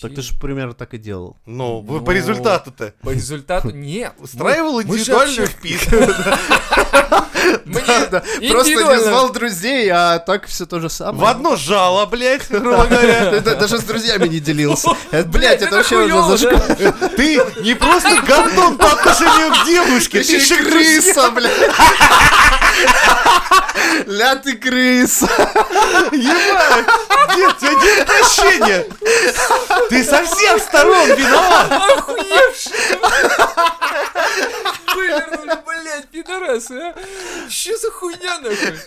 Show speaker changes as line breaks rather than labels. Так ты же примерно так и делал.
Ну, вы
Ну,
по результату-то.
по
По...
результату нет.
Устраивал
Мы- мы же
индивидуальную
вообще-
вписку.
Мне
Просто
индивидуально.
не звал
друзей, а так все то же самое.
В одно жало, блядь, грубо говоря.
Это даже с друзьями не делился. Блять,
это вообще уже зашкал- Ты не просто гандон по отношению к девушке, ты еще крыса, блядь.
Ля ты крыса.
Ебать. Нет, у тебя нет прощения. Ты со всех сторон виноват.
Охуевшие, блядь. Вывернули, блядь, пидорасы, а. Что за хуйня, нахуй?